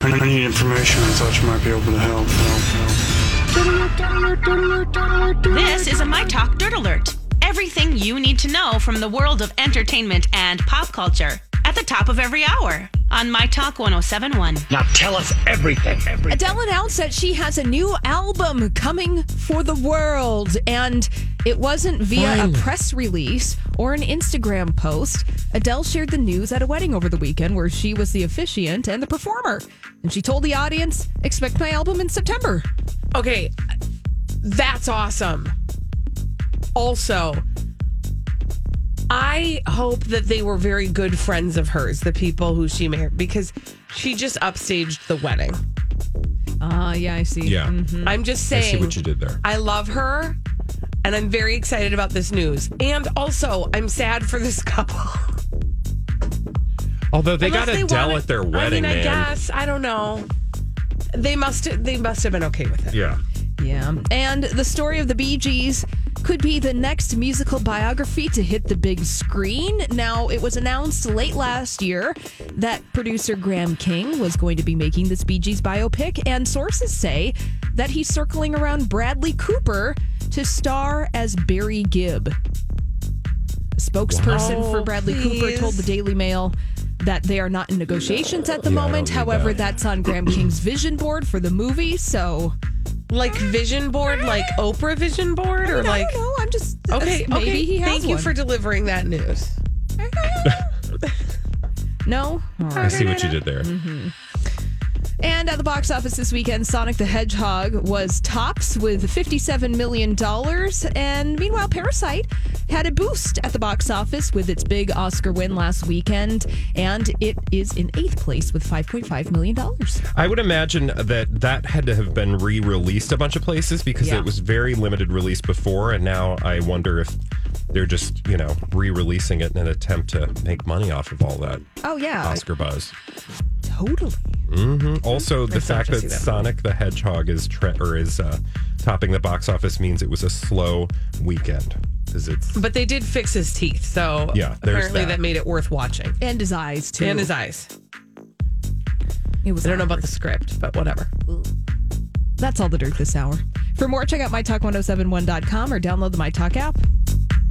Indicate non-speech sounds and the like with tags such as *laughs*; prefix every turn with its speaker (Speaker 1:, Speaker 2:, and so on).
Speaker 1: I need information. I thought you might be able to help. help, help.
Speaker 2: This is a My Talk Dirt Alert. Everything you need to know from the world of entertainment and pop culture at the top of every hour on My Talk 1071.
Speaker 3: Now tell us everything. everything.
Speaker 4: Adele announced that she has a new album coming for the world, and it wasn't via a press release or an Instagram post. Adele shared the news at a wedding over the weekend where she was the officiant and the performer. And she told the audience, expect my album in September.
Speaker 5: Okay, that's awesome. Also, I hope that they were very good friends of hers, the people who she married, because she just upstaged the wedding.
Speaker 4: Ah, yeah, I see.
Speaker 6: Yeah.
Speaker 5: I'm just
Speaker 6: Mm-hmm. I
Speaker 5: saying.
Speaker 6: see what you did there.
Speaker 5: I love her, and I'm very excited about this news. And also, I'm sad for this *laughs* couple.
Speaker 6: Although they
Speaker 5: Unless
Speaker 6: got Adele
Speaker 5: wanted-
Speaker 6: at their wedding,
Speaker 5: I mean, I
Speaker 6: man.
Speaker 5: guess I don't know. They must. They must have been okay with it.
Speaker 6: Yeah.
Speaker 4: Yeah. And the story of the Bee Gees could be the next musical biography to hit the big screen. Now, it was announced late last year that producer Graham King was going to be making this Bee Gees biopic, and sources say that he's circling around Bradley Cooper to star as Barry Gibb. A spokesperson
Speaker 5: Wow. Oh,
Speaker 4: for Bradley Cooper
Speaker 5: Please.
Speaker 4: told the Daily Mail that they are not in negotiations at the
Speaker 6: Yeah, I
Speaker 4: moment.
Speaker 6: don't need
Speaker 4: However,
Speaker 6: that.
Speaker 4: that's on Graham King's vision board for the movie, so
Speaker 5: Like vision board, like Oprah vision board, or like.
Speaker 4: I don't know. I'm just uh,
Speaker 5: Okay.
Speaker 4: Maybe
Speaker 5: okay.
Speaker 4: he has
Speaker 5: Thank you
Speaker 4: one.
Speaker 5: for delivering that news.
Speaker 4: *laughs* no.
Speaker 6: I see what you did there.
Speaker 4: And at the box office this weekend, Sonic the Hedgehog was tops with 57 million dollars, and meanwhile, Parasite had a boost at the box office with its big Oscar win last weekend, and it is in eighth place with 5.5 million dollars.
Speaker 6: I would imagine that that had to have been re-released a bunch of places because
Speaker 4: Yeah.
Speaker 6: it was very limited release before, and now I wonder if they're just you know re-releasing it in an attempt to make money off of all that
Speaker 4: Oh yeah,
Speaker 6: Oscar buzz.
Speaker 4: totally.
Speaker 6: Also, the fact that,
Speaker 5: interesting, that.
Speaker 6: Sonic the Hedgehog is tre- or is uh, topping the box office means it was a slow weekend because it's
Speaker 5: But they did fix his teeth, so
Speaker 6: Yeah, there's
Speaker 5: apparently
Speaker 6: that.
Speaker 5: that. made it worth watching.
Speaker 4: And his eyes too.
Speaker 5: And his eyes.
Speaker 4: It was.
Speaker 5: I don't know about the script, but whatever.
Speaker 4: oh That's all the dirt this hour. For more, check out mytalk1071.com or download the MyTalk app.